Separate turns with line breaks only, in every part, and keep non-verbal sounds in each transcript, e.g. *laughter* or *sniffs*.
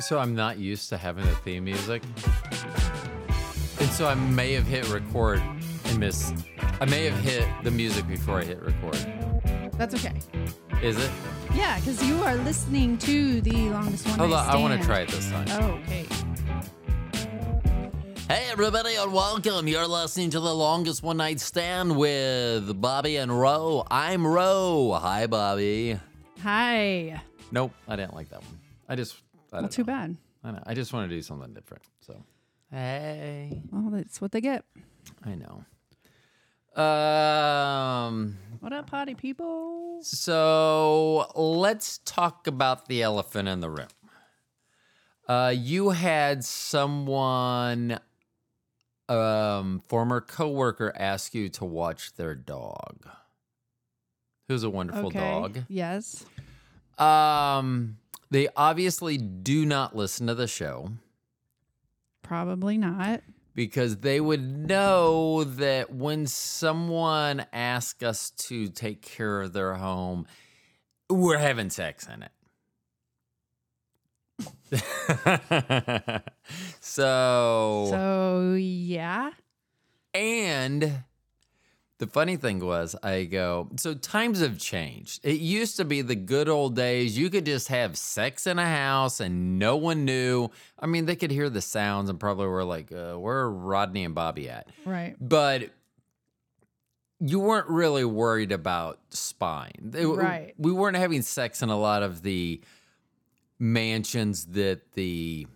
So I'm not used to having the theme music. And so I may have hit record and missed. I may have hit the music before I hit record.
That's okay.
Is it?
Yeah, because you are listening to the longest one.
Hold
Night
on, I want to
Stand.
try it this time.
Oh, okay.
Hey, everybody, and welcome. You're listening to The Longest One Night Stand with Bobby and Ro. I'm Ro. Hi, Bobby.
Hi.
Nope, I didn't like that one. I just. I
Well,
don't
too
know.
bad.
I, know. I just want to do something different. So. Hey.
Well, that's what they get.
I know. Um.
What up, potty people?
So let's talk about the elephant in the room. Uh, you had someone, um, former coworker, ask you to watch their dog, who's a wonderful
okay.
dog.
Yes.
Um, they obviously do not listen to the show
Probably not.
because they would know that when someone asks us to take care of their home, we're having sex in it. *laughs* so,
So yeah.
and the funny thing was, I go, so times have changed. It used to be the good old days. You could just have sex in a house and no one knew. I mean, they could hear the sounds and probably were like, uh, where are Rodney and Bobby at?
Right.
but you weren't really worried about spying. They-
Right.
We weren't having sex in a lot of the mansions that the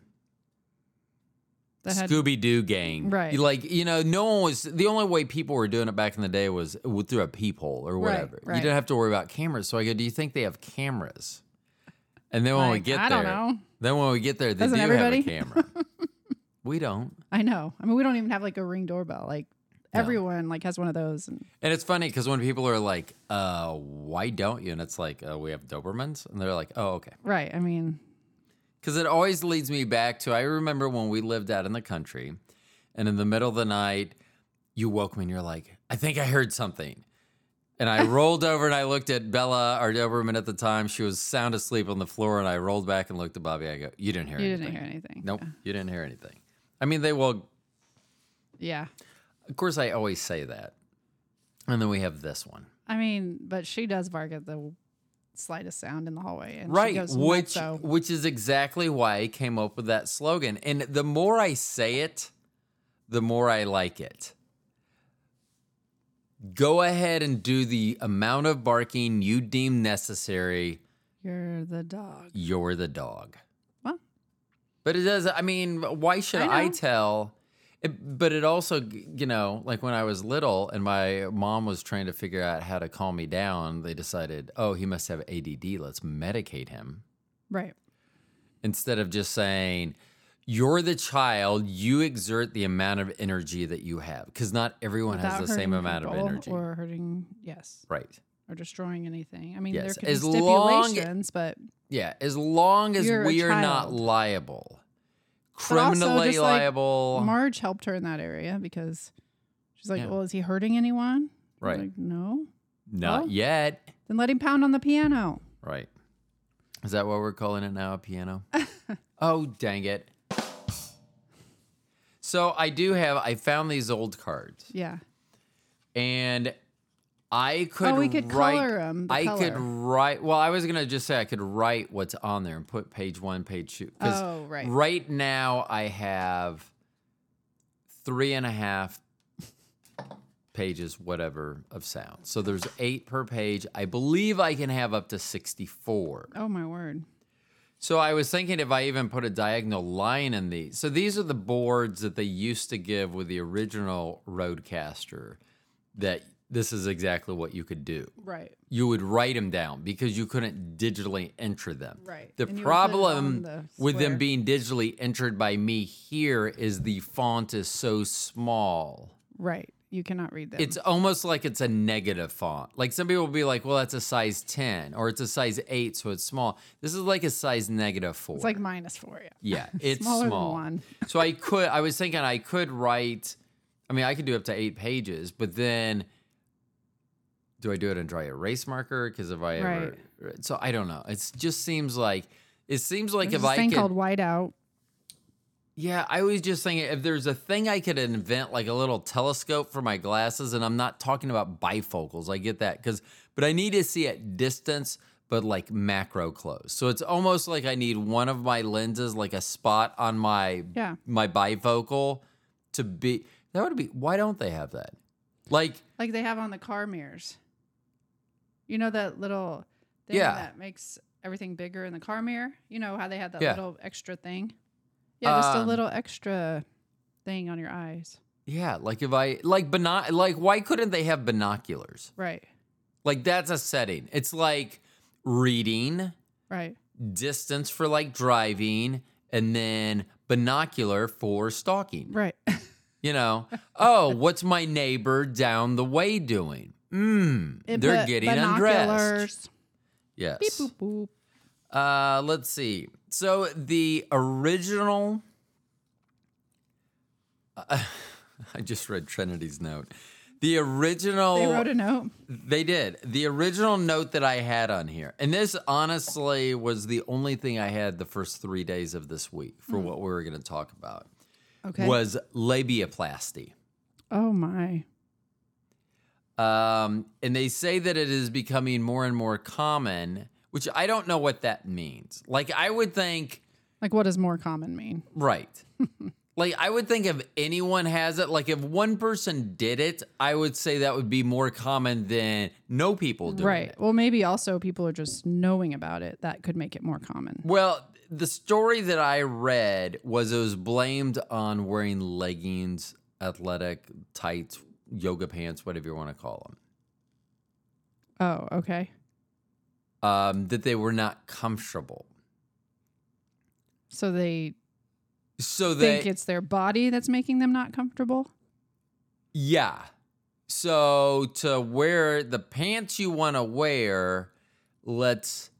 That had-
Scooby Doo gang,
Right.
You Like you know, no one was. The only way people were doing it back in the day was with- through a peephole or
Right,
whatever.
right.
You didn't have to worry about cameras. So I go, do you think they have cameras? And then when we
Like,
get
I
there,
don't know.
then when we get there, they
Doesn't
do
everybody?
have a
*laughs*
camera. we don't.
I know. I mean, we don't even have like a ring doorbell. Like everyone like has one of those. And
And it's funny because when people are like, uh, why don't you? And it's like, uh, we have Dobermans. And they're like, oh, okay.
right. I mean,
Because it always leads me back to I remember when we lived out in the country and in the middle of the night, you woke me and you're like, I think I heard something. And I rolled over and I looked at Bella, our Doberman at the time. She was sound asleep on the floor. And I rolled back and looked at Bobby. I go, You didn't hear
you
anything.
didn't hear anything.
Nope. You didn't hear anything. I mean, they will
Yeah.
Of course, I always say that. And then we have this one.
I mean, but she does bark at the slightest sound in the hallway, and She
right
goes
which
So
which is exactly why i came up with that slogan and the more i say it the more i like it go ahead and do the amount of barking you deem necessary
you're the dog.
you're the dog
Well,
but it does i mean why should
I
i,
know.
tell it, but it also you know like when i was little and my mom was trying to figure out how to calm me down they decided oh he must have add let's medicate him
right.
instead of just saying you're the child you exert the amount of energy that you have because not everyone
Without
has the same
hurting
amount of
people
energy
or hurting, yes,
right
or destroying anything. I mean, there
Yes,
could
as
be
long-
stipulations, but
yeah as long as
You're a
we are not
child.
liable
But also,
criminally
just like
liable
Marge helped her in that area because she's like,
Yeah.
"Well, is he hurting anyone?" I'm
Right.
Like, no.
not
well-
yet
Then let him pound on the piano.
right is that what we're calling it now a
*laughs*
piano oh dang it so i do have i found these old cards
Yeah.
and I could.
Oh, we could
write,
color 'em, the
I could
color.
write. Well, I was gonna just say I could write what's on there and put page one, page two. 'cause
Oh, right.
Right now I have three and a half pages, whatever, of sound. So there's eight per page. I believe I can have up to sixty-four.
Oh my word.
So I was thinking if I even put a diagonal line in these. So these are the boards that they used to give with the original Roadcaster that this is exactly what you could do.
Right.
You would write them down because you couldn't digitally enter them.
Right.
The
And you would put it
problem
on the
with
square.
them being digitally entered by me here is the font is so small.
Right. You cannot read that.
It's almost like it's a negative font. Like some people will be like, well, that's a size 10 or it's a size 8, so it's small. This is like a size negative 4.
It's like minus four. Yeah. *laughs*
Yeah, it's
Smaller than
small.
one.
so I could. I was thinking I could write. I mean, I could do up to eight pages, but then do I do it in dry erase marker? Because if I ever, so I don't know. It just seems like It seems like
There's
if
this
I
thing
could,
called whiteout.
yeah, I was just thinking if there's a thing I could invent, like a little telescope for my glasses, and I'm not talking about bifocals. I get that because, but I need to see at distance, but like macro close. So it's almost like I need one of my lenses, like a spot on my
Yeah.
my bifocal, to be. That would be. Why don't they have that? Like
Like they have on the car mirrors. You know that little thing
Yeah.
that makes everything bigger in the car mirror? You know how they have that
Yeah.
little extra thing? Yeah, just a
Um,
little extra thing on your eyes.
yeah, like if I like binoc like why couldn't they have binoculars?
Right.
Like that's a setting. It's like reading,
Right.
distance for like driving, and then binocular for stalking.
Right. *laughs*
You know, oh, what's my neighbor down the way doing? Mm,
It
they're
put
getting undressed.
binoculars.
Yes.
Beep boop boop.
Uh, let's see. So the original. *laughs* Uh, I just read Trinity's note. The original.
They wrote a note.
They did. The original note that I had on here, and this honestly was the only thing I had the first three days of this week for what we were going to talk about,
Hmm. Okay.
was labiaplasty.
Oh my.
Um, and they say that it is becoming more and more common, which I don't know what that means. Like, I would think,
Like what does more common mean? *laughs*
right. like, I would think if anyone has it, like, if one person did it, I would say that would be more common than no people doing it.
Right. Well, maybe also people are just knowing about it. That could make it more common.
Well, the story that I read was it was blamed on wearing leggings, athletic tights, yoga pants, whatever you want to call them,
Oh, okay.
um, that they were not comfortable.
So they
So they,
think it's their body that's making them not comfortable.
yeah. So to wear the pants you want to wear, let's.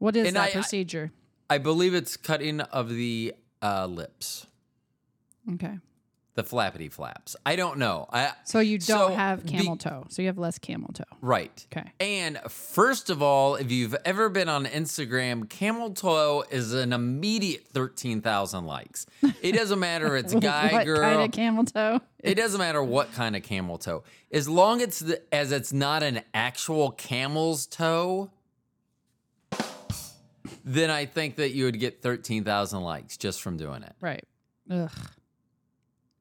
What is
And
that
I- I-
procedure?
I believe it's cutting of the uh, lips,
okay.
the flappity flaps. I don't know. I
So you don't
So
have
the-
camel toe. So you have less camel toe.
right.
Okay. *laughs*
And first of all, if you've ever been on Instagram, Camel Toe is an immediate 13,000 likes. It doesn't matter if it's guy,
*laughs* what
girl.
kind of camel toe?
it doesn't matter what kind of camel toe. As long it's the, as it's not an actual camel's toe, then I think that you would get 13,000 likes just from doing it.
Right. Ugh.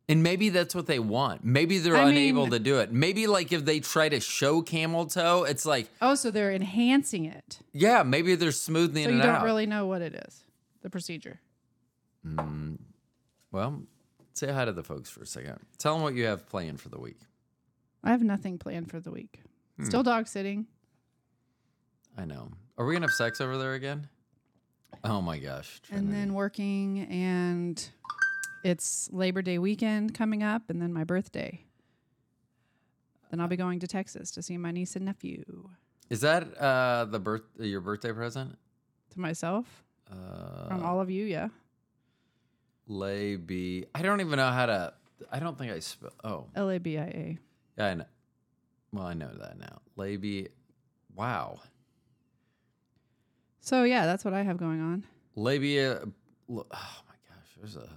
And maybe that's what they want. Maybe they're
I
unable
mean-
to do it. Maybe like if they try to show camel toe, it's like,
Oh, so they're enhancing it.
yeah, maybe they're smoothing
So
it
you
out.
don't really know what it is. The procedure.
Well, say hi to the folks for a second. Tell them what you have planned for the week.
I have nothing planned for the week.
Hmm.
Still dog sitting.
I know. Are we gonna have sex over there again? Oh my gosh.
and
Trinity.
then working and it's labor day weekend coming up and then my birthday then i'll be going to texas to see my niece and nephew
is that uh, the birth your birthday present?
to myself
Uh,
from all of you yeah
lay B. I don't even know how to. I don't think I spell. Oh,
l-a-b-i-a
yeah, I know. Well, I know that now. Lay B. Wow.
so yeah that's what i have going on
Labia. l- Oh my gosh. There's a.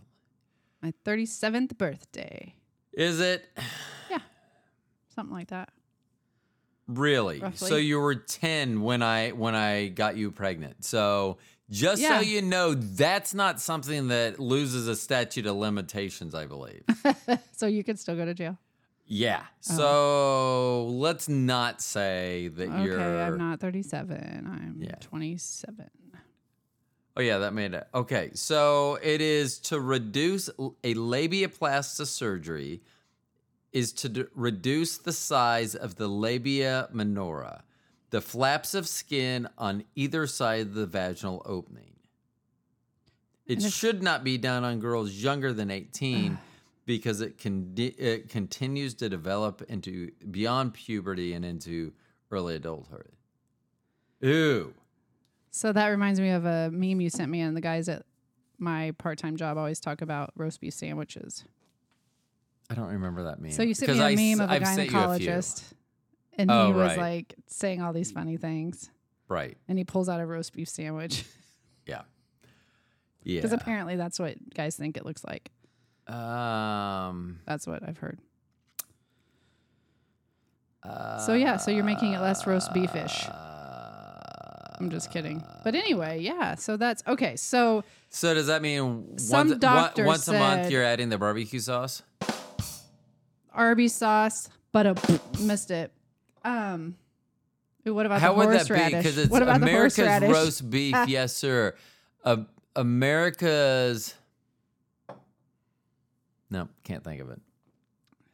my 37th birthday
Is it
something like that
really? So
Roughly.
you were ten when I when I got you pregnant. So just
Yeah.
so you know, that's not something that loses a statute of limitations. I
*laughs*
believe.
so you could still go to jail
yeah. So let's not say that
Uh-huh. okay
you're.
i'm not 37 i'm
Yeah.
27
Oh yeah, that made it. Okay, so it is to reduce l- a labiaplasty surgery is to d- reduce the size of the labia minora, the flaps of skin on either side of the vaginal opening. It
And if-
should not be done on girls younger than 18 because it con- it continues to develop into beyond puberty and into early adulthood. Ew.
So that reminds me of a meme you sent me, and the guys at my part-time job always talk about roast beef sandwiches.
I don't remember that meme.
So you sent me
Because
a
I s-
meme of a
I've sent you a few.
gynecologist, and
Oh,
he was
right.
like saying all these funny things,
Right.
and he pulls out a roast beef sandwich. *laughs*
Yeah. Yeah.
Because apparently that's what guys think it looks like.
um.
That's what I've heard. so
Uh,
yeah, so you're making it less roast beefish.
uh,
I'm just kidding. But anyway, yeah. So that's okay. So
So does that mean
Some
once,
doctor
one- once a month
said-
you're adding the barbecue sauce?
Arby's sauce, but a *laughs* missed it. Um, ooh, what about
How
the
would that be?
horseradish?
Because it's
what about
America's
the horseradish?
roast beef.
*laughs*
yes, sir. A- America's. No, can't think of it.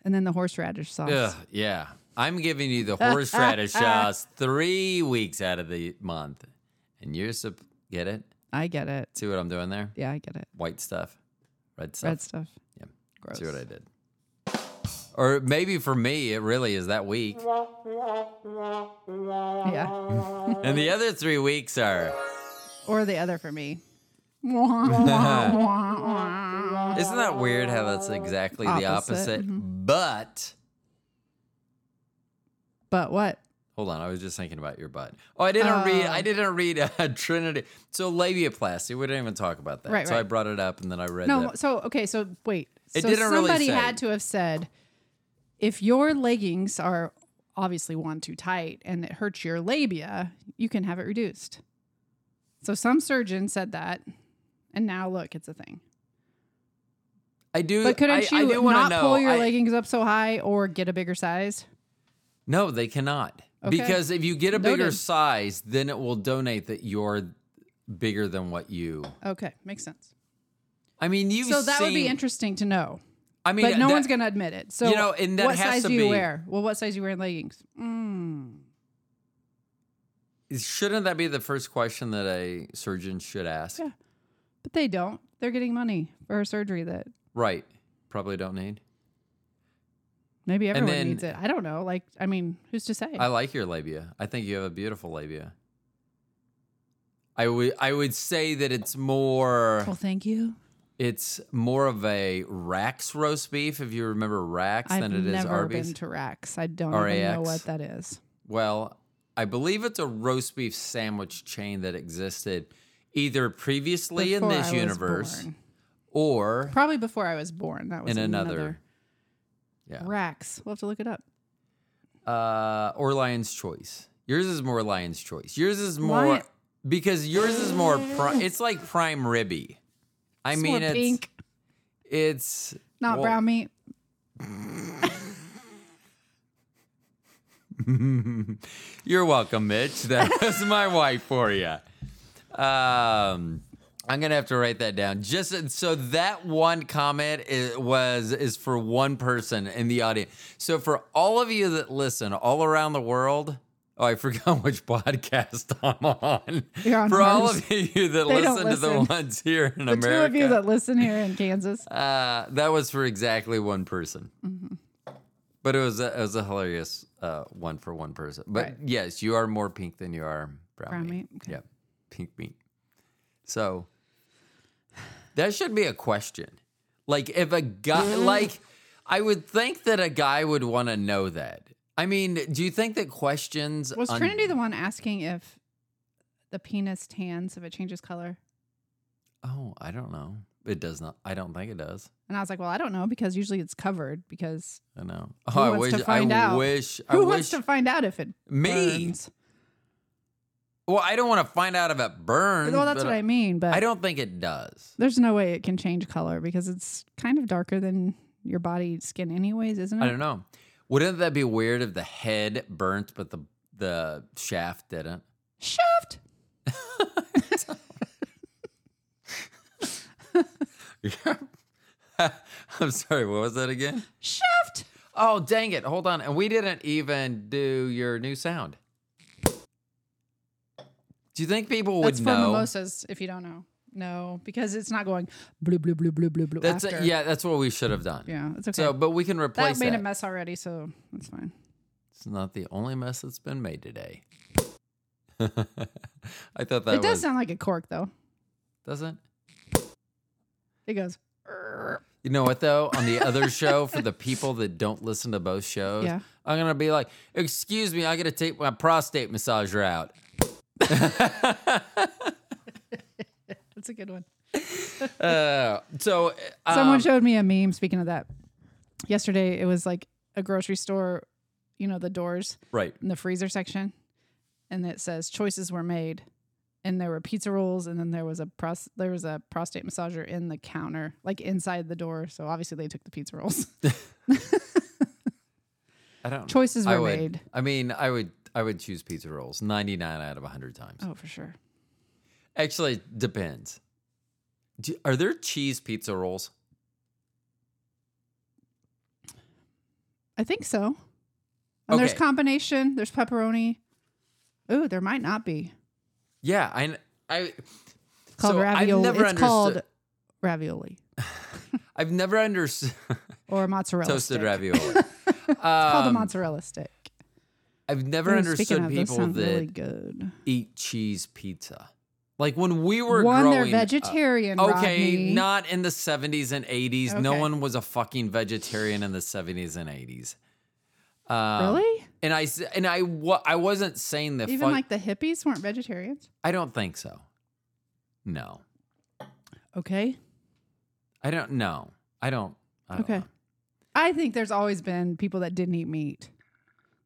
and then the horseradish sauce.
Ugh, yeah. I'm giving you the
*laughs*
horseradish sauce three weeks out of the month. And you're, sup- get it?
I get it.
See what I'm doing there?
Yeah, I get it.
White stuff, red stuff.
Red stuff.
Yeah.
Gross.
See what I did. Or maybe for me, it really is that week.
Yeah.
And the other three weeks are. *laughs*
Or the other for me. *laughs* yeah.
Isn't that weird how that's exactly the
Opposite, Mm-hmm.
opposite? But
But what?
hold on, I was just thinking about your butt. Oh, I didn't read. I didn't read uh, *laughs* Trinity. So labiaplasty. We didn't even talk about that.
Right,
so I
right.
brought it up, and then I read.
No.
that.
So okay. So wait.
It
so
didn't really
somebody
say.
had to have said, if your leggings are obviously one too tight and it hurts your labia, you can have it reduced. So some surgeon said that, and now look, it's a thing.
I do.
But couldn't
I, I
you
do wanna
not
know.
pull your
I-
leggings up so high or get a bigger size?
No, they cannot.
Okay.
Because if you get a bigger
Noted.
size, then it will donate that you're bigger than what you.
Okay, makes sense.
I mean, you.
So that would be
seen-
interesting to know,
I mean,
but no
that-
one's going to admit it. So
You know, and that
what
has
size
to
do you
be-
wear? Well, what size you wear in leggings? Mm.
Shouldn't that be the first question that a surgeon should ask?
Yeah. But they don't. They're getting money for a surgery that
Right. Probably don't need.
maybe everyone
then-
needs it. I don't know. Like, I mean, who's to say?
I like your labia. I think you have a beautiful labia. I would I would say that it's more
well, thank you.
it's more of a Rax roast beef if you remember Rax
I've
than it is
never
Arby's.
been to Rax. I don't even know
RAX.
what that is.
well, I believe it's a roast beef sandwich chain that existed either previously
Before
in this
I was
universe
born.
or
Probably before I was born. That was
in
another.
another. Yeah.
Rax. We'll have to look it up.
uh, or Lion's Choice. Yours is more Lion's Choice. Yours is more
Lion-
because yours is more. Pri- it's like prime ribby. I
It's
mean,
more
it's
pink,
it's
not
well,
brown meat.
You're welcome, Mitch.
*laughs*
That was my wife for you. Um, I'm gonna have to write that down. Just so that one comment is, was is for one person in the audience. So for all of you that listen all around the world. Oh, I forgot *laughs* which podcast I'm on.
You're on
for all
*laughs* ours.
of you that
They
listen,
don't
to the
listen.
ones here in
The
America,
two of you that listen here in
*laughs*
Kansas.
uh, that was for exactly one person.
Mm-hmm.
But it was a, it was a hilarious uh, one for one person. But
Right.
yes, you are more pink than you are brown,
Brown
meat.
meat, okay.
Yeah, pink meat. So that should be a question. Like if a guy,
Mm-hmm.
like I would think that a guy would want to know that. I mean, do you think that questions
Was
on-
Trinity the one asking if the penis tans if it changes color?
Oh, I don't know. It does not. I don't think it does.
And I was like, well, I don't know because usually it's covered because
I know. Oh,
Who
I
wants
wish.
to find
I
out?
wish. I
who
wish.
wants to find out if it
Me.
burns?
Well, I don't want to find out if it burns.
Well, that's
but
what I mean, but
I don't think it does.
there's no way it can change color because it's kind of darker than your body skin anyways, isn't it?
I don't know. Wouldn't that be weird if the head burnt but the the shaft didn't? *laughs*
Shaft.
I'm sorry. What was that again?
Shaft.
*laughs* Oh, dang it! Hold on. And we didn't even do your new sound. Do you think people would
That's
know?
for mimosas if you don't know. No, because it's not going blue blue blue blue blue blue
that's
after.
yeah. That's what we should have done.
Yeah, it's okay.
So, but we can
that
replace
made
that.
a mess already, so that's fine.
It's not the only mess that's been made today. *laughs* I thought that
it does
was
sound like a cork though.
doesn't.
It goes
You know what though? On the other show, for the people that don't listen to both shows,
Yeah.
I'm gonna be like, "Excuse me, I gotta take my prostate massager out."
good one.
Uh, so um,
Someone showed me a meme. Speaking of that, yesterday it was like a grocery store, you know, the doors
right.
in the freezer section, and it says choices were made, and there were pizza rolls, and then there was a pros- there was a prostate massager in the counter, like inside the door. So obviously they took the pizza rolls.
I don't.
*laughs* choices
I
were
would-
made.
I mean, I would. I would choose pizza rolls 99 out of 100 times.
Oh, for sure.
Actually, it depends. Do, are there cheese pizza rolls?
I think so. And there's
Okay.
combination. There's pepperoni. Ooh, there might not be
Yeah, I I
called
So I've
ravioli.
never
it's called
understood-
ravioli
I've never *laughs* understood
or mozzarella.
toasted
stick. *laughs*
ravioli. it's
called a mozzarella stick.
I've never
Ooh,
understood
speaking of, those
people
sound
that
really good.
eat cheese pizza. Like when we were
One, they're
growing
vegetarian.
up- okay,
Rodney.
not in the 70s and 80s. No
Okay.
one was a fucking vegetarian in the 70s and 80s. Um,
really.
And I s- and I wa- I wasn't saying the
Even
fuck.
like the hippies weren't vegetarians.
I don't think so. No,
Okay.
I don't. No, I don't. I don't
Okay.
know.
I think there's always been people that didn't eat meat.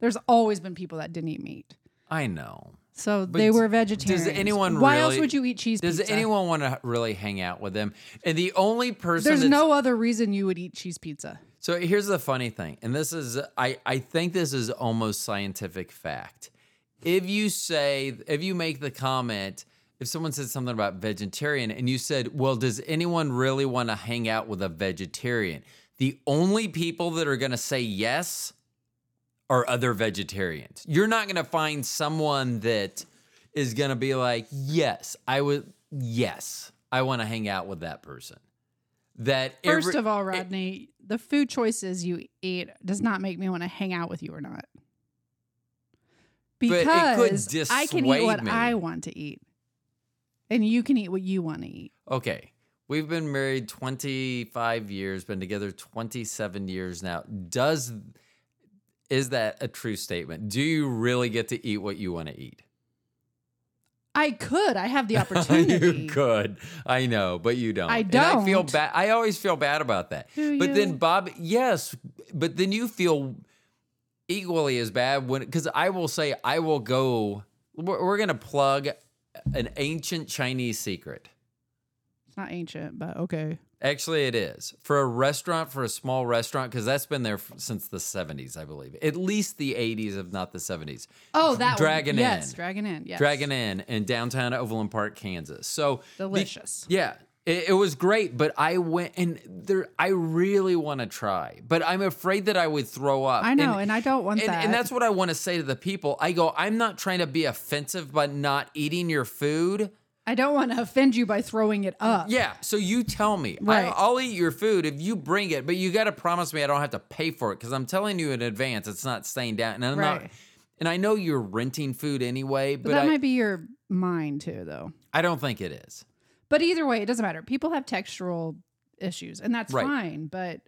There's always been people that didn't eat meat.
I know.
So
But
they
d-
were vegetarians.
anyone
Why else
really-
would you eat cheese
Does
pizza?
anyone want to really hang out with them? And the only person
There's
that's-
no other reason you would eat cheese pizza.
So here's the funny thing, and this is I I think this is almost scientific fact. If you say if you make the comment if someone said something about vegetarian and you said, "Well, does anyone really want to hang out with a vegetarian?" The only people that are going to say yes are other vegetarians. You're not going to find someone that is going to be like, "Yes, I would yes, I want to hang out with that person." That
First
every-
of all, Rodney, the food choices you eat does not make me want to hang out with you or not.
it
Because
could
I can eat what
dissuade me.
I want to eat. And you can eat what you want to eat.
Okay. We've been married 25 years, been together 27 years now. Does is that a true statement? Do you really get to eat what you want to eat? *laughs*
I could. I have the opportunity.
you could. I know, but you don't.
I
And I feel
don't.
bad. I always feel bad about that.
Do
but
you?
then Bob, yes, but then you feel equally as bad when because I will say I will go. We're, we're gonna plug an ancient Chinese secret.
It's not ancient, but okay.
Actually, it is for a restaurant, for a small restaurant, because that's been there f- since the 70s, I believe. At least the 80s, if not the 70s.
Oh, that
Dragon
one. Yes,
Inn.
Dragon Inn. Yes.
Dragon Inn in downtown Overland Park, Kansas. So the-
Delicious.
yeah, it, it was great, but I went and there. I really want to try, but I'm afraid that I would throw up.
I know, and, I don't want
and,
that.
and that's what I want to say to the people. I go, I'm not trying to be offensive by not eating your food.
I don't want to offend you by throwing it up.
Yeah. So you tell me.
Right.
I, will eat your food if you bring it, but you got to promise me I don't have to pay for it because I'm telling you in advance it's not staying down. And I'm not.
Right.
And I know you're renting food anyway,
but
but
that
I,
might be your mind too, though.
I don't think it is.
But either way, it doesn't matter. People have textural issues, and that's
Right.
fine. But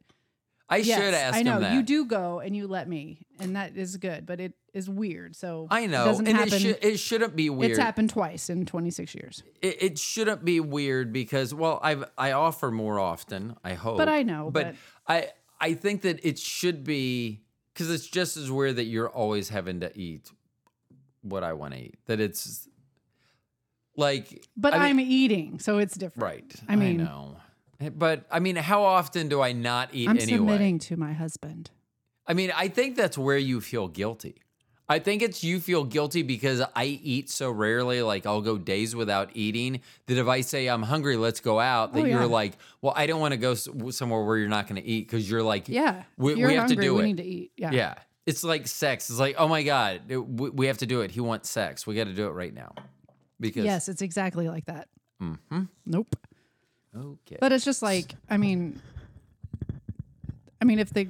I
yes,
should ask
I know
him that.
you do go and you let me, and that is good. But it is weird. So
I know,
it doesn't
and
happen.
it should it shouldn't be weird.
It's happened twice in 26 years.
it, it shouldn't be weird because well i've i offer more often i hope
But I know,
but, i i think that it should be because it's just as weird that you're always having to eat what i want to eat that it's like
But
I mean-
I'm eating, so it's different.
right
I mean-
know but i mean how often do i not eat
I'm
anyway
submitting to my husband.
i mean i think that's where you feel guilty I think it's you feel guilty because I eat so rarely, like I'll go days without eating, that if I say I'm hungry, let's go out, that
Oh,
you're
yeah.
like, well, I don't want to go s- somewhere where you're not going to eat because you're like,
Yeah.
We-
If
we
you're
have to
hungry,
do
we
it.
need to eat. Yeah.
yeah. It's like sex. It's like, oh my God, it- we, we have to do it. He wants sex. We got to do it right now. Because,
Yes, it's exactly like that.
Mhm.
Nope.
Okay.
But it's just like, I mean, I mean, if they,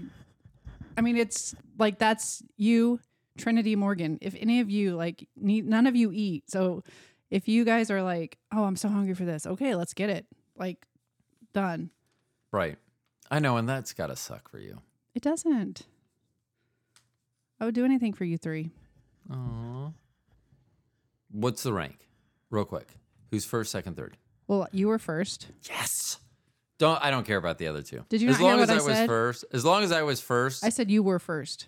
I mean, it's like that's you, Trinity Morgan. If any of you like need, none of you eat. So if you guys are like, oh, I'm so hungry for this. Okay, let's get it. Like, done.
right. I know. And that's got to suck for you.
It doesn't. I would do anything for you three.
What's the rank? Real quick. Who's first, second, third?
Well, you were first.
Yes. Don't I don't care about the other two.
Did you
as
not hear
long
what
as
I
was
said?
first? As long as I was first.
I said you were first.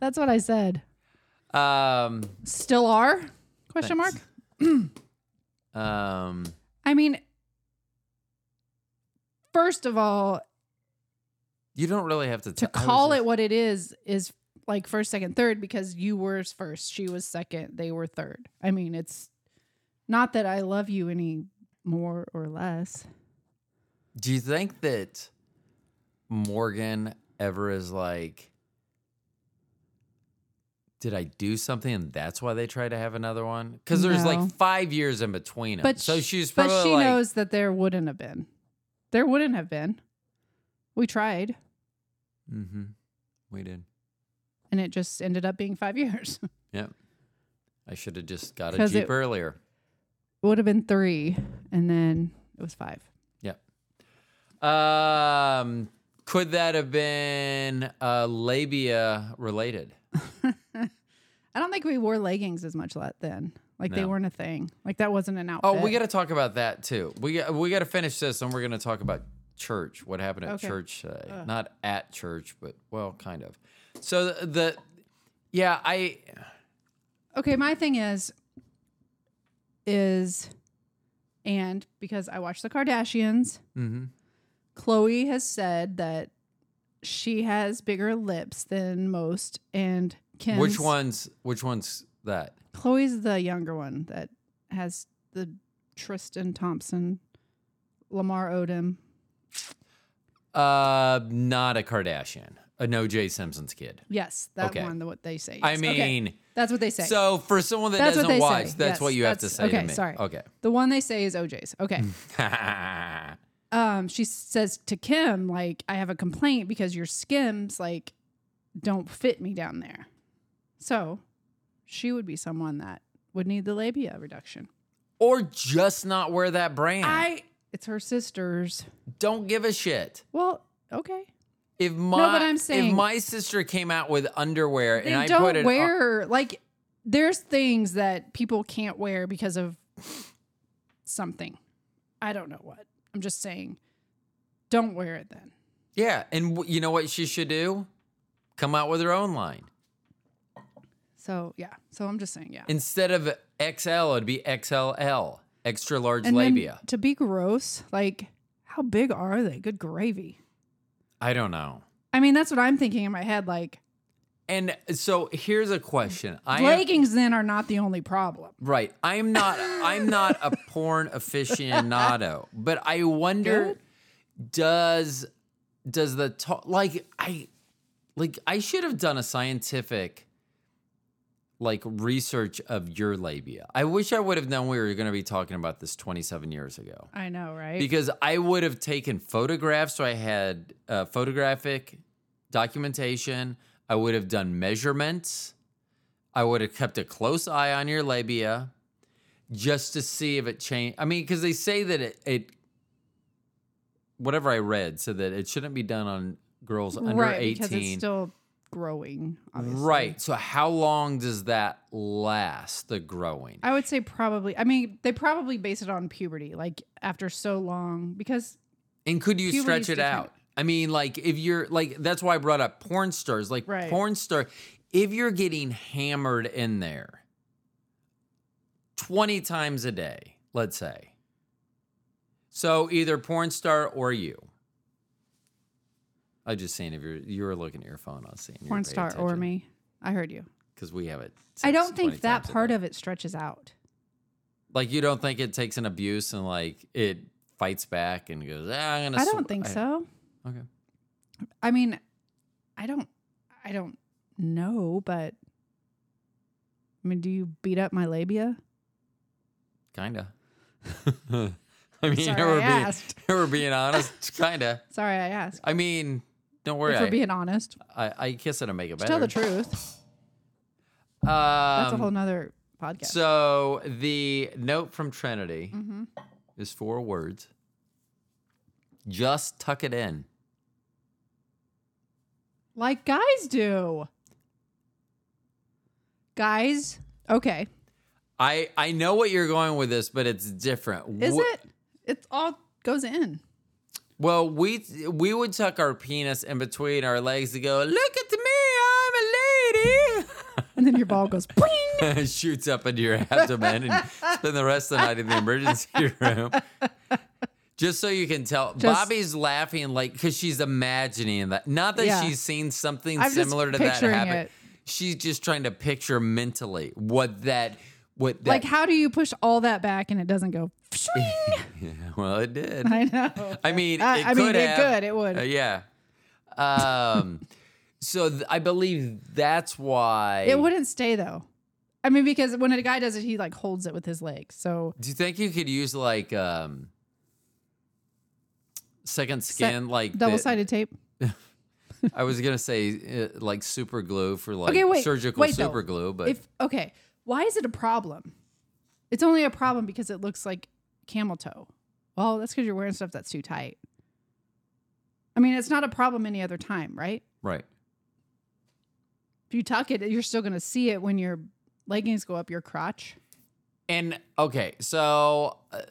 That's what I said.
um
Still are? Question
Thanks.
mark.
um
I mean, first of all,
you don't really have to t-
to
I was
call
just-
it what it is is like first, second, third because you were first, she was second, they were third. I mean, it's not that I love you any more or less.
Do you think that Morgan ever is like, did I do something and that's why they tried to have another one? Because there's
No.
like five years in between them.
But
so
sh-
she's probably
But she
like,
knows that there wouldn't have been. There wouldn't have been. We tried
mm-hmm, we did.
and it just ended up being 5 *laughs* years.
I should have just got a
'Cause
Jeep
it-
earlier.
it would have been 3 and then it was 5.
Um, could that have been uh, labia related?
I don't think we wore leggings as much le- then. Like they
No.
weren't a thing. Like that wasn't an outfit.
Oh, we got to talk about that too. We got, we got to finish this, and we're going to talk about church. What happened at
Okay.
church today? Not at church, but well, kind of. So the, the yeah, I
Okay, my thing is is and because I watch the Kardashians,
mhm.
Chloe has said that she has bigger lips than most and Kim
which one's which one's that?
Chloe's the younger one that has the Tristan Thompson, Lamar Odom.
Uh, not a Kardashian, a no Jay Simpson's kid.
Yes, that
Okay.
one. The, what they say.
I
Yes. Okay.
mean,
that's what they say.
so for someone that
That's what
doesn't
they
watch,
say.
that's
Yes,
what you have to
that's-
say. to
okay,
me.
sorry.
Okay.
the one they say is OJ's. Okay.
*laughs*
um, she says to Kim, like, I have a complaint because your skims like don't fit me down there. So she would be someone that would need the labia reduction.
or just not wear that brand.
I it's her sister's.
don't give a shit.
Well, okay.
If my
but I'm
if
saying-
my sister came out with underwear
They
and I
don't
put it on,
wear like there's things that people can't wear because of something. I don't know what. I'm just saying don't wear it then.
yeah, and w- you know what she should do? Come out with her own line
So yeah. So I'm just saying yeah.
instead of XL, it'd be XLL, extra large
And then
labia.
to be gross, like how big are they? Good gravy.
I don't know.
I mean, that's what I'm thinking in my head. Like
And so here's a question. I am-
leggings then are not the only problem.
Right. I am not I'm not a porn aficionado, but I wonder does does the ta- like I like I should have done a scientific like research of your labia. I wish I would have known we were going to be talking about this 27 years ago
I know, right?
because I would have taken photographs. So I had uh, photographic documentation. I would have done measurements. I would have kept a close eye on your labia just to see if it changed. I mean, because they say that it, it, whatever I read, said that it shouldn't be done on girls under
right,
18.
because it's still growing. Obviously.
right. So how long does that last, the growing?
I would say probably. I mean, they probably base it on puberty, like after so long, because
And could you
Puberty's
stretch it
different.
out? I mean, like if you're like that's why I brought up porn stars. Like
Right.
porn star, if you're getting hammered in there twenty times a day, let's say. So either porn star or you. I just seen if you're you were looking at your phone, I was seeing
porn star or me. I heard you.
because we have it.
I
six, 20
don't think that
times a
part
day.
of it stretches out.
like you don't think it takes an abuse and like it fights back and goes. Ah, I'm gonna.
I
sw-
don't think so.
Okay.
I mean, I don't. I don't know, but I mean, do you beat up my labia?
Kinda. *laughs* I mean,
Sorry,
if
I
we're, being,
asked.
*laughs* if we're being
*laughs*
honest. Kinda.
Sorry, I asked.
I mean, don't worry.
If we're
I,
being honest,
I, I kiss it and make it better.
tell the truth.
Um,
That's a whole nother podcast.
So the note from Trinity
Mhm.
is four words. Just tuck it in.
like guys do. Guys, okay.
I I know what you're going with this, but it's different.
Is
Wh-
it? It all goes in.
Well, we we would tuck our penis in between our legs to go. Look at me, *laughs*
And then your ball *laughs* goes boing.
I'm a lady. *laughs* Shoots up into your abdomen and spend the rest of the night in the emergency *laughs* room. Just so you can tell,
Just-
Bobby's laughing like because she's imagining that. Not that
Yeah.
she's seen something
I'm just
similar to that
picturing
happen.
it.
She's just trying to picture mentally what that what that. *laughs*
Like, how do you push all that back and it doesn't go? *laughs* pshwing?
well, it did.
I know.
*laughs* I mean,
I-
it
I
could
mean, it
have.
could, it would.
Uh, yeah. Um, *laughs* so th- I believe that's why.
It wouldn't stay though. I mean, because when a guy does it, he like holds it with his leg. So
Do you think you could use like um, second skin, like the-
double sided tape.
I was gonna say uh, like super glue for like
Okay, wait,
surgical
wait, though.
super glue, but
If okay, why is it a problem? It's only a problem because it looks like camel toe. Well, that's because you're wearing stuff that's too tight. I mean, it's not a problem any other time, right?
right.
If you tuck it, you're still gonna see it when your leggings go up your crotch.
And okay, so uh,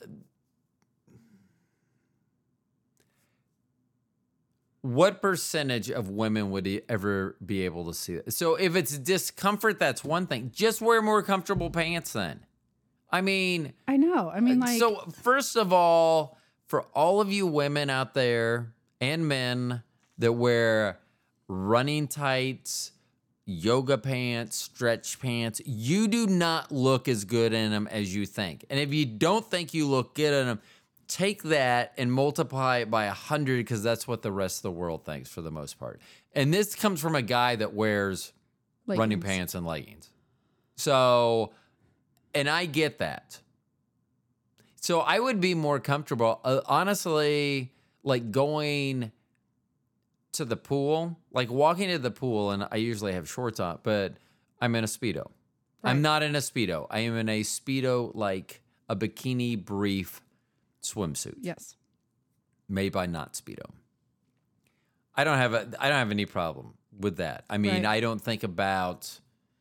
what percentage of women would e- ever be able to see that? So if it's discomfort, that's one thing. Just wear more comfortable pants then. I mean,
I know. I mean, like,
Uh, so first of all, for all of you women out there and men that wear running tights, yoga pants, stretch pants, you do not look as good in them as you think. And if you don't think you look good in them, take that and multiply it by 100 because that's what the rest of the world thinks for the most part. And this comes from a guy that wears running
leggings.
pants and leggings. So, and I get that. So I would be more comfortable, uh, honestly, like going to the pool, like walking to the pool, and I usually have shorts on, but I'm in a Speedo.
Right.
I'm not in a Speedo. I am in a Speedo, like a bikini brief swimsuit
Yes.
made by not speedo. I don't have a I don't have any problem with that. I mean,
Right.
I don't think about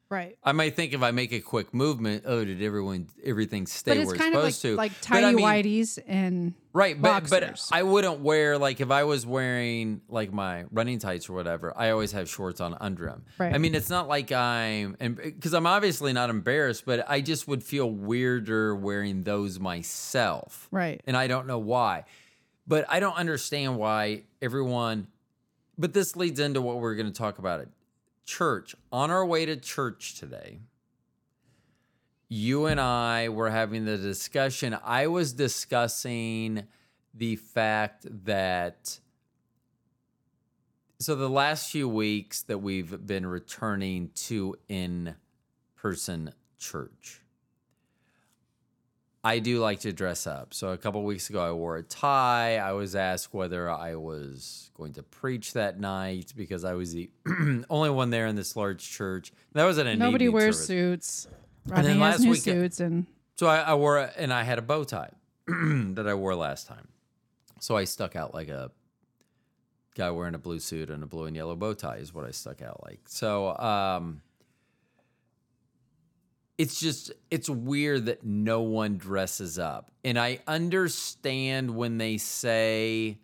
Right.
I might think if I make a quick movement, oh, did everyone everything stay
but it's
where
kind of like,
supposed to?
like
But I
tidy
mean-
whities and
Right, but, but
boxers.
I wouldn't wear like if I was wearing like my running tights or whatever. I always have shorts on under them.
Right.
I mean, it's not like I'm because I'm obviously not embarrassed, but I just would feel weirder wearing those myself.
right.
And I don't know why. But I don't understand why everyone but this leads into what we're going to talk about at church. On our way to church today, you and I were having the discussion. I was discussing the fact that so the last few weeks that we've been returning to in person church. I do like to dress up. So a couple weeks ago, I wore a tie. I was asked whether I was going to preach that night because I was the *clears throat* only one there in this large church. That was at an
Nobody
evening
wears
service.
suits.
then
Rodney has
last
new
weekend-
suits and
So I, I wore a, and I had a bow tie *clears throat* that I wore last time. So I stuck out like a guy wearing a blue suit and a blue and yellow bow tie is what I stuck out like. So um it's just it's weird that no one dresses up. And I understand when they say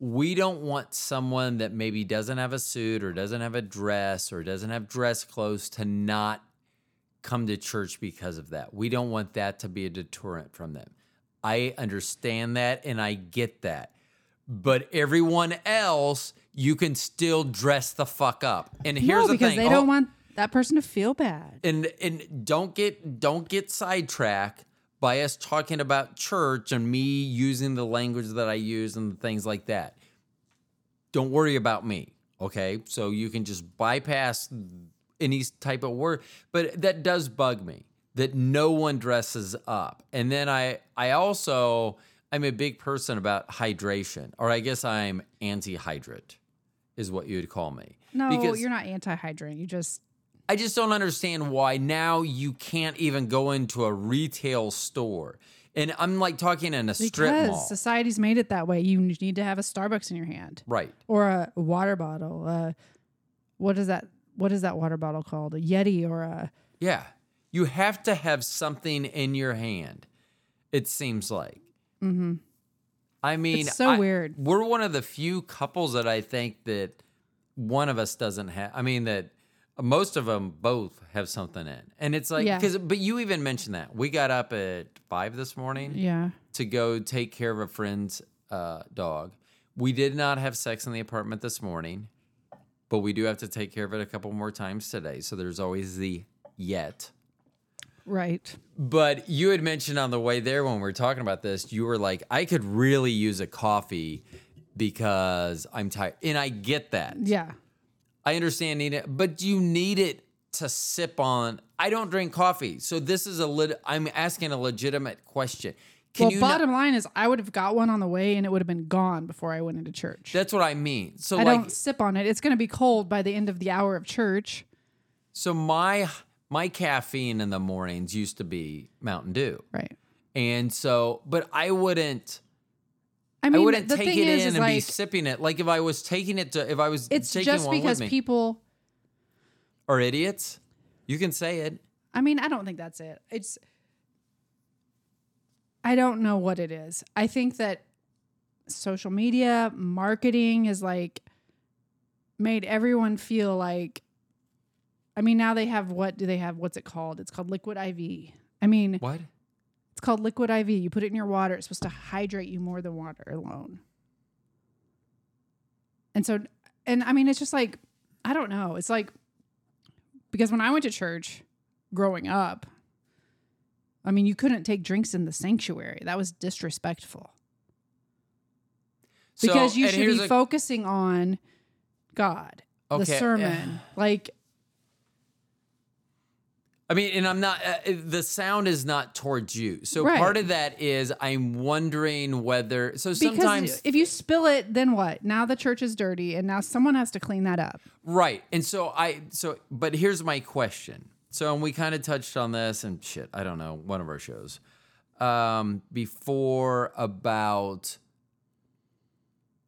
we don't want someone that maybe doesn't have a suit or doesn't have a dress or doesn't have dress clothes to not come to church because of that. We don't want that to be a deterrent from them. I understand that and I get that. But everyone else, you can still dress the fuck up. And here's
no,
the
because
thing.
they
Oh,
don't want that person to feel bad.
and and don't get don't get sidetracked by us talking about church and me using the language that I use and things like that. Don't worry about me, okay? So you can just bypass any type of word, but that does bug me that no one dresses up. And then I I also I'm a big person about hydration, or I guess I'm anti-hydrate, is what you'd call me.
No,
Because-
you're not anti-hydrant. You just
I just don't understand why now you can't even go into a retail store. And I'm like talking in a strip mall.
because society's made it that way. You need to have a Starbucks in your hand
Right.
or a water bottle. Uh, what is that? What is that water bottle called? A Yeti or a
Yeah. You have to have something in your hand, it seems like.
Mm-hmm.
I mean,
so
I-
weird.
We're one of the few couples that I think that one of us doesn't have. I mean, that most of them both have something in, and it's like
Yeah.
because. But you even mentioned that we got up at five this morning
Yeah.
to go take care of a friend's uh, dog. We did not have sex in the apartment this morning, but we do have to take care of it a couple more times today. So there's always the yet.
Right.
But you had mentioned on the way there when we were talking about this, you were like, I could really use a coffee because I'm tired. And I get that.
Yeah.
I understand needing it, but you need it to sip on. I don't drink coffee. So this is a lit I'm asking a legitimate question. Can
well,
you not-
bottom line is, I would have got one on the way, and it would have been gone before I went into church.
that's what I mean. So
I
like
don't sip on it. It's going to be cold by the end of the hour of church.
so my my caffeine in the mornings used to be Mountain Dew.
Right.
And so but I wouldn't
I
I
mean,
wouldn't
the
take
thing
it
is,
in
is
and be
like,
sipping it. Like if I was taking it to, if I was
it's
taking
just
one
because
with me.
people.
are idiots. You can say it.
I mean, I don't think that's it. It's. I don't know what it is. I think that social media marketing is like made everyone feel like. I mean, now they have what do they have? What's it called? It's called liquid IV. I mean,
What?
It's called liquid IV. You put it in your water. It's supposed to hydrate you more than water alone. And so, and I mean, it's just like, I don't know. It's like, because when I went to church growing up, I mean, you couldn't take drinks in the sanctuary. That was disrespectful
So-
because you
and
should
here's
be
a-
focusing on God, the
Okay, *sighs*
sermon. Like,
I mean, and I'm not. Uh, the sound is not towards you. So
Right.
part of that is I'm wondering whether. So
because
sometimes,
if you spill it, then what? Now the church is dirty and now someone has to clean that up.
right? And so I. So, but here's my question. So, and we kind of touched on this, and shit, I don't know, one of our shows um, before about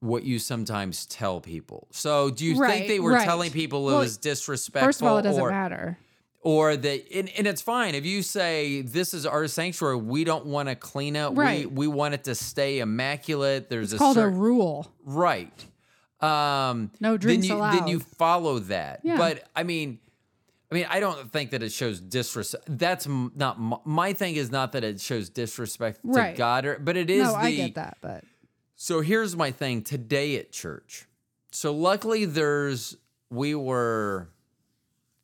what you sometimes tell people. So, do you think
Right,
they were
right.
telling people it
Well,
was disrespectful?
First of all, it doesn't
or,
matter.
or that and, and it's fine if you say this is our sanctuary we don't want to clean up
Right.
we, we want it to stay immaculate there's a
called
cer-
a rule.
right um
No
then
drinks
you then
allowed.
you follow that
Yeah.
but i mean i mean i don't think that it shows disrespect that's m- not my, my thing is not that it shows disrespect
Right.
to god or, but it is
No,
the
I get that, but
so here's my thing today at church. So luckily there's we were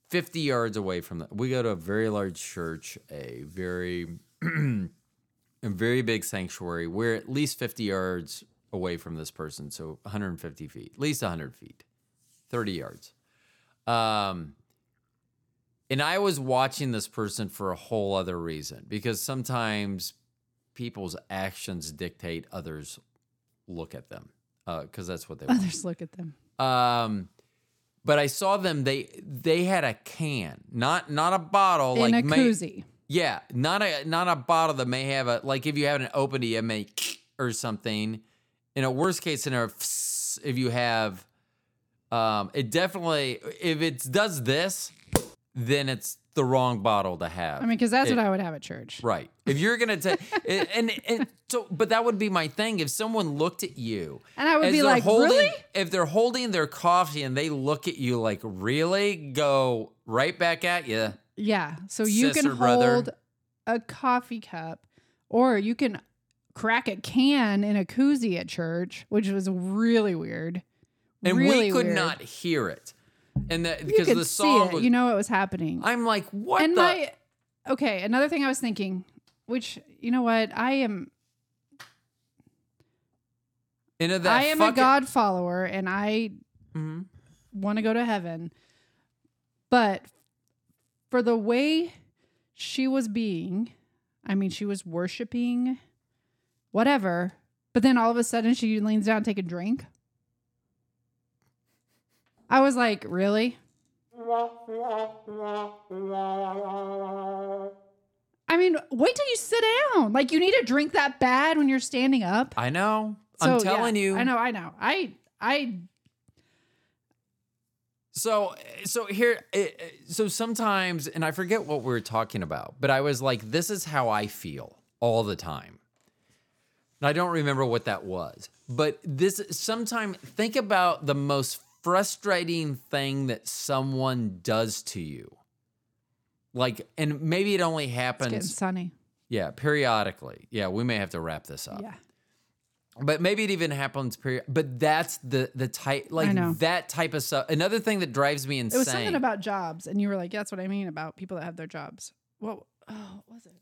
50 yards away from that. We go to a very large church, a very *clears throat* a very big sanctuary. We're at least 50 yards away from this person, so 150 feet, at least 100 feet, 30 yards. Um, and I was watching this person for a whole other reason because sometimes people's actions dictate others look at them because that's
*laughs*
what they want.
others look at them.
Um, but I saw them. They they had a can, not not a bottle,
In
like
a
may-
koozie.
yeah, not a not a bottle that may have a like if you haven't opened it, it may *sniffs* or something. In a worst case scenario, if you have, um, it definitely if it does this, then it's the wrong bottle to have.
I mean, because that's
It-
what I would have at church.
Right. If you're gonna take, *laughs* and, and so, but that would be my thing. If someone looked at you,
And I would
as
be
they're
like,
holding,
"Really?"
If they're holding their coffee and they look at you like, really, go right back at you.
Yeah. So you can
Sister,
hold
brother.
a coffee cup or you can crack a can in a koozie at church, which was really weird.
And
really
we could
weird.
not hear it, and that
You
because
could
the
see
song,
it.
was,
you know what was happening.
I'm like, what
and
the?
my okay another thing i was thinking which you know what i am
and of that
i am a
fucking-
god follower and i
Mhm.
want to go to heaven but for the way she was being i mean she was worshiping whatever but then all of a sudden she leans down to take a drink i was like really i mean wait till you sit down like you need a drink that bad when you're standing up
I know.
So,
I'm
yeah,
telling you.
I know, I know. I I
So so here eh, eh, so sometimes and I forget what we were talking about, but I was like this is how I feel all the time. And I don't remember what that was. But this sometime think about the most frustrating thing that someone does to you. Like and maybe it only
It's getting
happens
sunny.
yeah, periodically. Yeah, we may have to wrap this up
Yeah.
but maybe it even happens period but that's the the type like
know.
that type of stuff another thing that drives me insane
It was something about jobs, and you were like, "That's what I mean about people that have their jobs." What? Oh, what was it?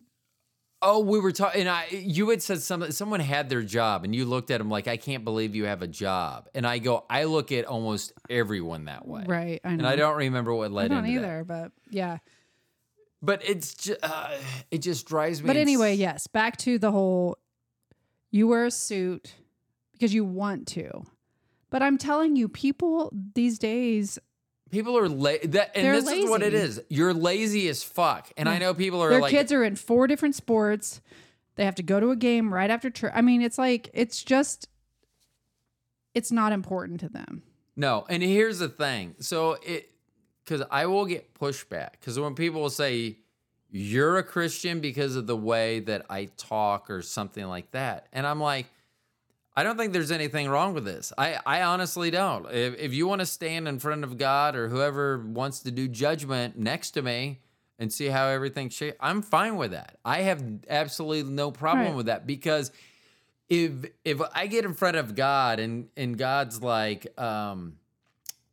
oh we were talking and i you had said something someone had their job and you looked at them like i can't believe you have a job and i go i look at almost everyone that way
Right. I know.
and i don't remember what led
I don't
into that.
either, but yeah.
but it's just uh, it just drives me
But
ins-
anyway, yes. Back to the whole. You wear a suit because you want to, but I'm telling you, people these days
people are la- that and
They're
this is what it
lazy.
is you're lazy as fuck and i know people are
their
like
kids are in four different sports. They have to go to a game right after church. I mean, it's like it's just it's not important to them.
No, and here's the thing. So it because I will get pushback because when people will say you're a Christian because of the way that I talk or something like that, and I'm like, I don't think there's anything wrong with this. I I honestly don't. If if you want to stand in front of God or whoever wants to do judgment next to me and see how everything shapes, I'm fine with that. I have absolutely no problem
Right.
with that because if if I get in front of God and and God's like, um,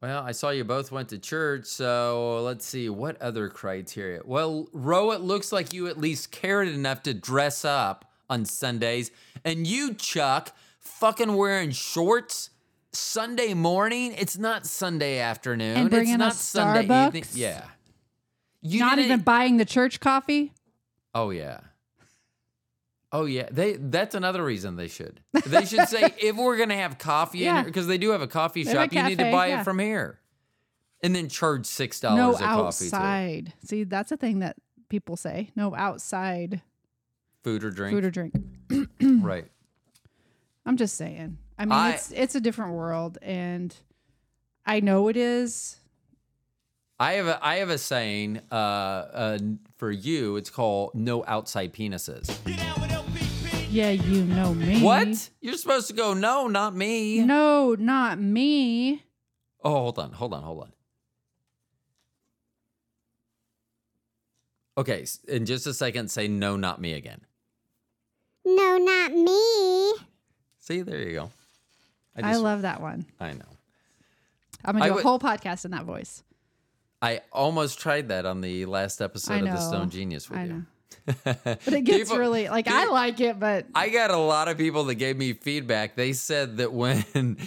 well, I saw you both went to church, so let's see what other criteria. Well, Ro, it looks like you at least cared enough to dress up on Sundays, and you, Chuck, fucking wearing shorts Sunday morning. It's not Sunday afternoon.
And
it's
bringing
not
us
Sunday evening.
Starbucks?
Yeah, you
not
didn't-
even buying the church coffee.
Oh yeah. Oh yeah. They that's another reason they should. They should
*laughs*
say if we're gonna have coffee in
Yeah.
here, because they do have a coffee
They have a
shop, you need to
cafe,
buy it
yeah.
from here. And then charge six dollars
no
Oh, a coffee to
outside. See, that's a thing that people say. No outside
food or drink.
food or drink.
right.
I'm just saying. I mean,
I-
it's it's a different world, and I know it is.
I have a I have a saying uh, uh, for you, it's called no outside penises.
Mm-hmm. Yeah, you know me.
What? You're supposed to go, no, not me.
No, not me.
Oh, hold on, hold on, hold on. Okay, s- in just a second, say no, not me again.
No, not me.
See, there you go. I,
I,
just,
love that one.
I know.
I'm gonna
I
do a
would-
whole podcast in that voice.
I almost tried that on the last episode
I
of
know.
the Stone Genius with
I
you. *laughs*
know. But it gets
People-
really like I like it, but *laughs*
I got a lot of people that gave me feedback. They said that when *laughs* I'm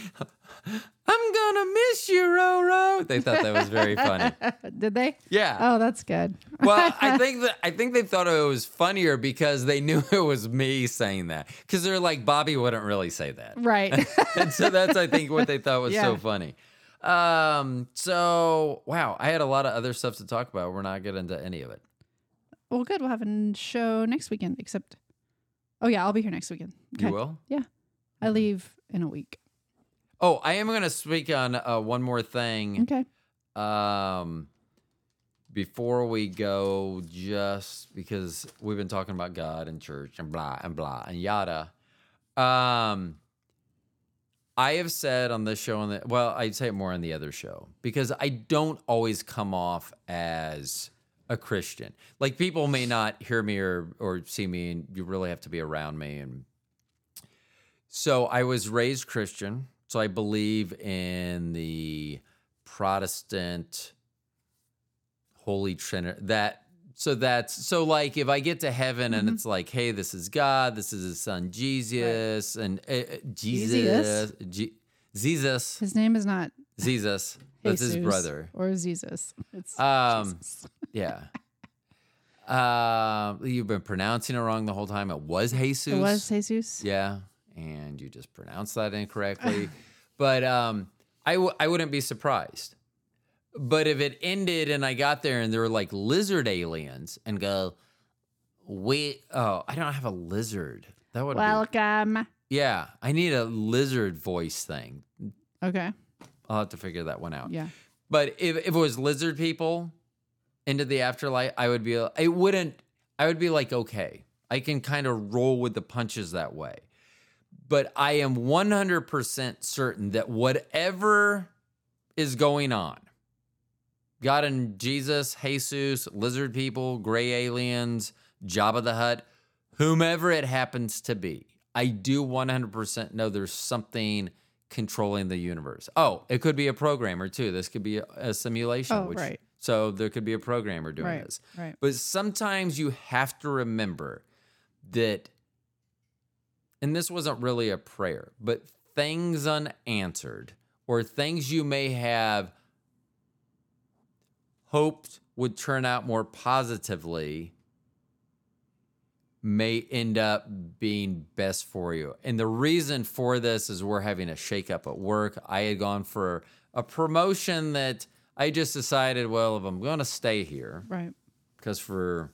gonna miss you, Roro, they thought that was very
*laughs*
funny.
did they?
Yeah.
Oh, that's good.
well,
*laughs*
I think that I think they thought it was funnier because they *laughs* knew it was me saying that. Because they're like, Bobby wouldn't really say that. *laughs*
Right.
and so that's I think what they thought was so
Yeah.
funny. Um, so wow, I had a lot of other stuff to talk about. We're not getting into any of it.
well, good. We'll have a n- show next weekend. Except, oh yeah, I'll be here next weekend.
You will?
Yeah, I leave in a week.
Oh, I am going to speak on uh, one more thing.
Okay.
Um, before we go, just because we've been talking about God and church and blah and blah and yada. Um, I have said on this show and the well, I'd say it more on the other show because I don't always come off as a Christian. Like people may not hear me or or see me, and you really have to be around me. And so I was raised Christian, so I believe in the Protestant Holy Trinity. That so that's so like if I get to heaven
Mm-hmm.
and it's like, hey, this is God, this is His Son Jesus, and uh, uh, Jesus,
Jesus.
Je-
*laughs*
Jesus,
His name is not.
Jesus. That's his
Jesus
brother.
Or Jesus. It's
Um,
Jesus. *laughs*
Yeah. Uh, you've been pronouncing it wrong the whole time. It was Jesus.
It was Jesus.
Yeah, and you just pronounced that incorrectly. *sighs* but um, I w- I wouldn't be surprised. But if it ended and I got there and there were like lizard aliens and go, wait, oh, I don't have a lizard. That would
Welcome.
be, yeah. I need a lizard voice thing.
Okay.
I'll have to figure that one out.
Yeah.
But if, if it was lizard people into the afterlife, I would be, I wouldn't, I would be like, okay, I can kind of roll with the punches that way. But I am 100% certain that whatever is going on, God and Jesus, Jesus, lizard people, gray aliens, Jabba the Hutt, whomever it happens to be, I do 100% know there's something controlling the universe. Oh, it could be a programmer too. This could be a, a simulation.
Oh, right.
So there could be a programmer doing
Right,
this.
right.
But sometimes you have to remember that, and this wasn't really a prayer, but things unanswered or things you may have hoped would turn out more positively may end up being best for you. And the reason for this is we're having a shakeup at work. I had gone for a promotion that I just decided, well, if I'm going to stay here,
Right.
because for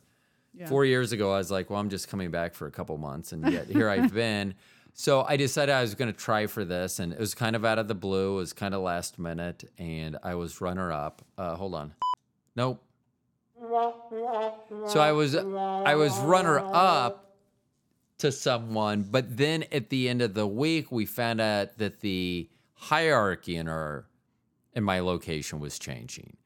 Yeah.
four years ago, I was like, well, I'm just coming back for a couple months, and yet here I've been. So I decided I was going to try for this, and it was kind of out of the blue. It was kind of last minute, and I was runner up. Uh, hold on, nope. So I was I was runner up to someone, but then at the end of the week, we found out that the hierarchy in our in my location was changing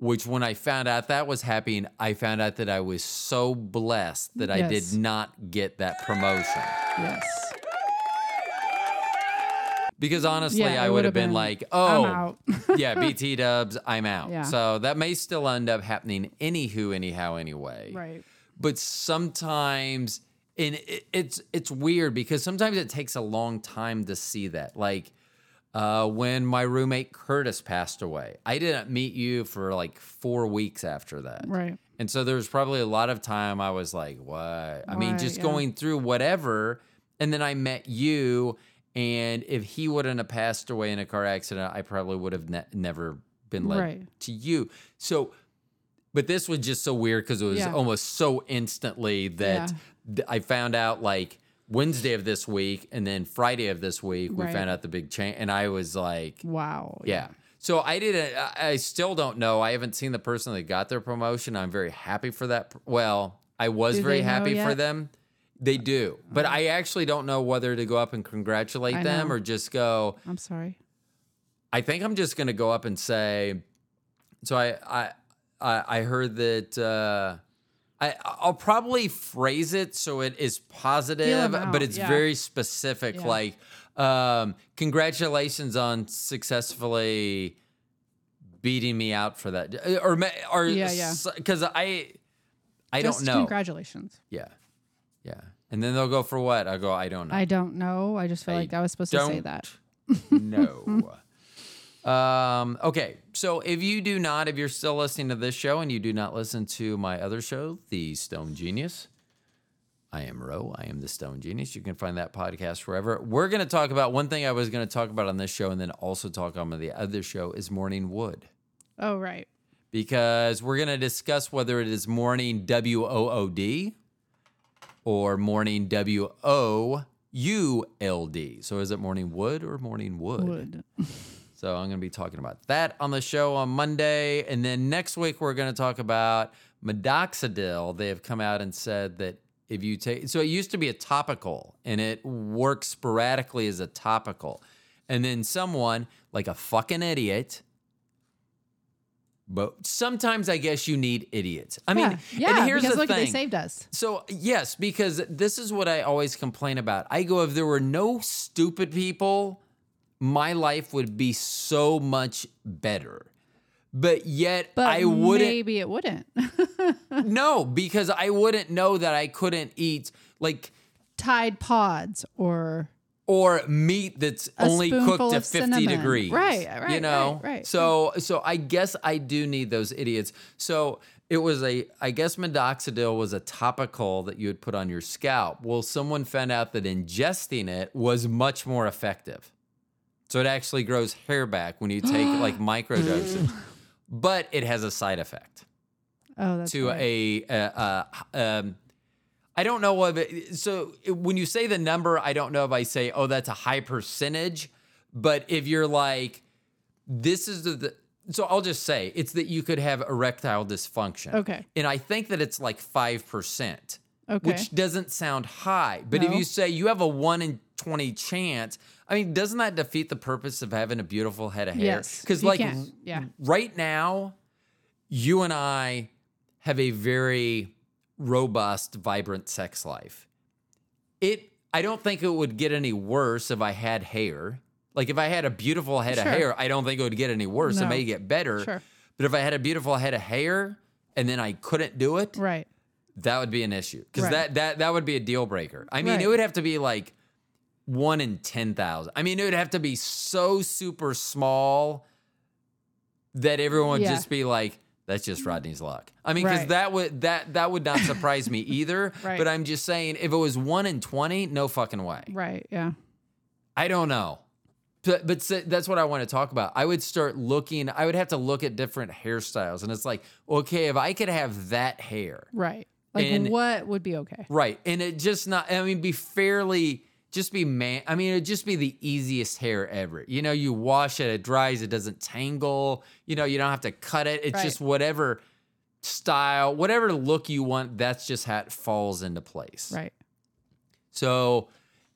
which when I found out that was happening, I found out that I was so blessed that I
Yes.
did not get that promotion.
Yes.
Because honestly,
Yeah,
I
it
would have
would've
been,
been,
like,
I'm
oh,
out.
*laughs*
*laughs*
yeah, BT dubs, I'm out.
Yeah.
So that may still end up happening anywho, anyhow, anyway.
right.
But sometimes, and it, it's it's weird because sometimes it takes a long time to see that. Like uh, when my roommate Curtis passed away, I didn't meet you for like four weeks after that.
Right.
And so there was probably a lot of time I was like, what? I mean,
Right,
just
yeah.
going through whatever. And then I met you. And if he wouldn't have passed away in a car accident, I probably would have ne- never been led
Right.
to you. So, but this was just so weird because it was
Yeah.
almost so instantly that th- I found out like Wednesday of this week. And then Friday of this week, we
Right.
found out the big change. And I was like,
Wow.
yeah. So I didn't. I I still don't know. I haven't seen the person that got their promotion. I'm very happy for that. Well, I was
Do
very
they know
happy for
yet? Mm-hmm.
them. They do, but I actually don't know whether to go up and congratulate
I
them
know.
or just go.
I'm sorry.
I think I'm just gonna go up and say. So I I I, I heard that. Uh, I, I'll probably phrase it so it is positive,
out,
but it's
yeah.
very specific.
Yeah.
Like, um, congratulations on successfully beating me out for that, Uh, or ma- or
Yeah, yeah.
because I I
Just
don't know.
Congratulations.
yeah, yeah. And then they'll go for what? I will go. I don't know.
I don't know. I just feel
I
like I was supposed to say that.
no. Um, okay. So if you do not, if you're still listening to this show and you do not listen to my other show, The Stone Genius, I am Ro. I am The Stone Genius. You can find that podcast wherever. We're going to talk about one thing I was going to talk about on this show and then also talk on the other show is Morning Wood
Oh, right.
because we're going to discuss whether it is morning W O O D or morning W O U L D. So is it morning wood or morning wood?
Would.
So I'm going to be talking about that on the show on Monday. And then next week, we're going to talk about Medoxidil. They have come out and said that if you take, so it used to be a topical and it works sporadically as a topical. And then someone, like a fucking idiot, but sometimes I guess you need idiots. I mean,
yeah.
and
yeah,
here's
because
the
look,
thing.
they saved us.
So, yes, because this is what I always complain about. I go, if there were no stupid people, my life would be so much better. But yet,
But
I wouldn't
Maybe it wouldn't. *laughs*
know because I wouldn't know that I couldn't eat like
Tide pods or
or meat that's
A
only
spoonful
cooked to
of
50
cinnamon.
degrees.
Right, right,
You know?
right, right.
So so I guess I do need those idiots. So it was a I guess medoxidil was a topical that you would put on your scalp. Well, someone found out that ingesting it was much more effective. So it actually grows hair back when you take
*gasps*
like microdoses. But it has a side effect
oh, that's
to
right.
a, uh uh um, I don't know of it. So when you say the number, I don't know if I say, oh, that's a high percentage. But if you're like, this is the, the so I'll just say it's that you could have erectile dysfunction.
Okay.
And I think that it's like 5%,
Okay.
which doesn't sound high. But if
No.
you say you have a 1 in 20 chance, I mean, doesn't that defeat the purpose of having a beautiful head of hair?
Yes,
Because,
you
like,
can,
r-
yeah.
right now, you and I have a very robust, vibrant sex life. It, I don't think it would get any worse if I had hair. Like, if I had a beautiful head
Sure.
of hair, I don't think it would get any worse. It
No.
may get better.
Sure.
But if I had a beautiful head of hair and then I couldn't do it,
right.
that would be an issue because
Right.
that that that would be a deal breaker. I mean,
Right.
it would have to be like one in ten thousand. I mean, it would have to be so super small that everyone would
Yeah.
just be like, "That's just Rodney's luck." I mean, because
Right.
that would that that would not surprise
*laughs*
me either.
Right.
But I'm just saying, if it was one in twenty, no fucking way.
Right. Yeah.
I don't know. But, but so that's what I want to talk about. I would start looking, I would have to look at different hairstyles. And it's like, okay, if I could have that hair,
Right. Like
And-
what would be okay?
Right. And it just not, I mean, be fairly, just be man, I mean, it'd just be the easiest hair ever. You know, you wash it, it dries, it doesn't tangle, you know, you don't have to cut it. It's
Right.
just whatever style, whatever look you want, that's just how it falls into place.
Right.
So,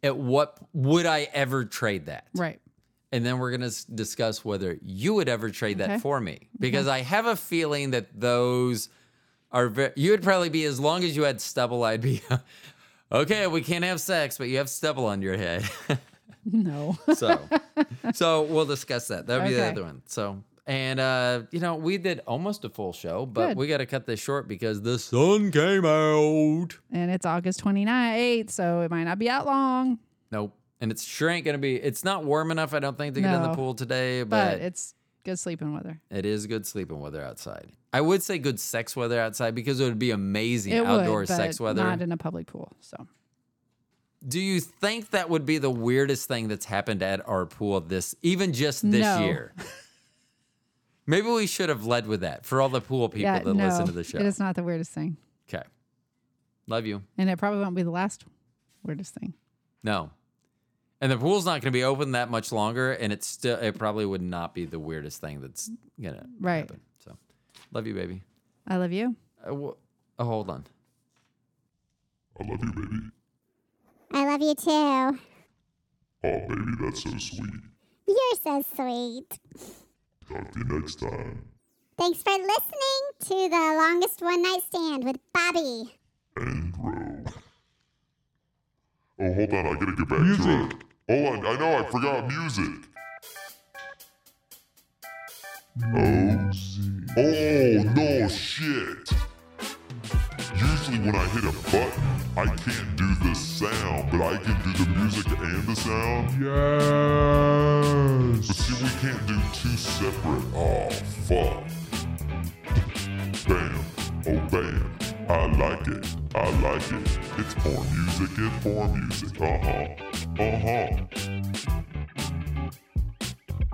at what would I ever trade that?
Right. *laughs*
And then we're going to discuss whether you would ever trade
Okay. Mm-hmm.
that for me because I have a feeling that those are very, you would probably be as long as you had stubble I'd be *laughs* okay, we can't have sex, but you have stubble on your head. *laughs*
No.
so so we'll discuss that. That'll be the
Okay.
other one. So and uh you know, we did almost a full show, but
Good.
we got to cut this short because the sun came out.
and it's August 29th, so it might not be out long,
Nope. And it's sure ain't going to be it's not warm enough I don't think to get in the
No.
pool today,
but
but
it's good sleeping weather.
It is good sleeping weather outside. I would say good sex weather outside because it would be amazing
It
outdoor
would, but
sex weather.
not in a public pool. So
Do you think that would be the weirdest thing that's happened at our pool this even just this
No.
year? *laughs* Maybe we should have led with that for all the pool people
yeah,
that
no,
listen to the show.
it is not the weirdest thing,
okay. Love you.
and it probably won't be the last weirdest thing.
No. And the pool's not going to be open that much longer and it's still it probably would not be the weirdest thing that's going to
Right.
happen. So, love you baby.
I love you.
Uh, wh- oh, hold on.
I love you, baby.
I love you too.
Oh, baby, that's so sweet.
You're so sweet.
Talk to you next time.
Thanks for listening to the longest one night stand with Bobby.
And row. Oh, hold on. I gotta get back to it. Hold on. I know I forgot music. Oh. Oh, no shit. Usually when I hit a button, I can't do the sound, but I can do the music and the sound. Yes. But see, we can't do two separate. Oh, fuck. Bam. Oh, bam. I like it. I like it. It's more music and more music. Uh huh. Uh huh.